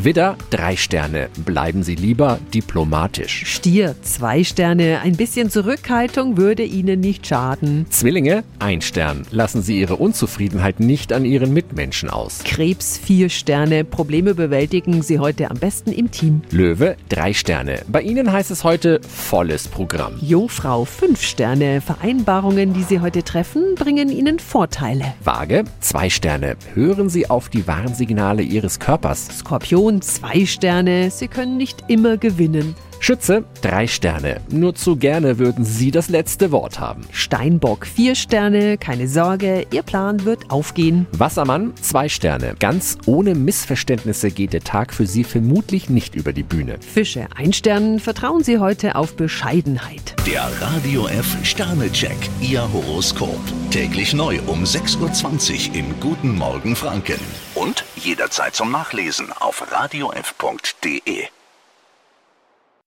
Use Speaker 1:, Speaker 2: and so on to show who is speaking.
Speaker 1: Widder, drei Sterne. Bleiben Sie lieber diplomatisch.
Speaker 2: Stier, zwei Sterne. Ein bisschen Zurückhaltung würde Ihnen nicht schaden.
Speaker 1: Zwillinge, ein Stern. Lassen Sie Ihre Unzufriedenheit nicht an Ihren Mitmenschen aus.
Speaker 2: Krebs, vier Sterne. Probleme bewältigen Sie heute am besten im Team.
Speaker 1: Löwe, drei Sterne. Bei Ihnen heißt es heute volles Programm.
Speaker 2: Jungfrau, fünf Sterne. Vereinbarungen, die Sie heute treffen, bringen Ihnen Vorteile.
Speaker 1: Waage, zwei Sterne. Hören Sie auf die Warnsignale Ihres Körpers.
Speaker 2: Skorpion, zwei Sterne. Sie können nicht immer gewinnen.
Speaker 1: Schütze, drei Sterne. Nur zu gerne würden Sie das letzte Wort haben.
Speaker 2: Steinbock, vier Sterne. Keine Sorge, Ihr Plan wird aufgehen.
Speaker 1: Wassermann, zwei Sterne. Ganz ohne Missverständnisse geht der Tag für Sie vermutlich nicht über die Bühne.
Speaker 2: Fische, ein Stern. Vertrauen Sie heute auf Bescheidenheit.
Speaker 3: Der Radio F Sternecheck, Ihr Horoskop. Täglich neu um 6.20 Uhr im Guten Morgen Franken. Und jederzeit zum Nachlesen auf radiof.de.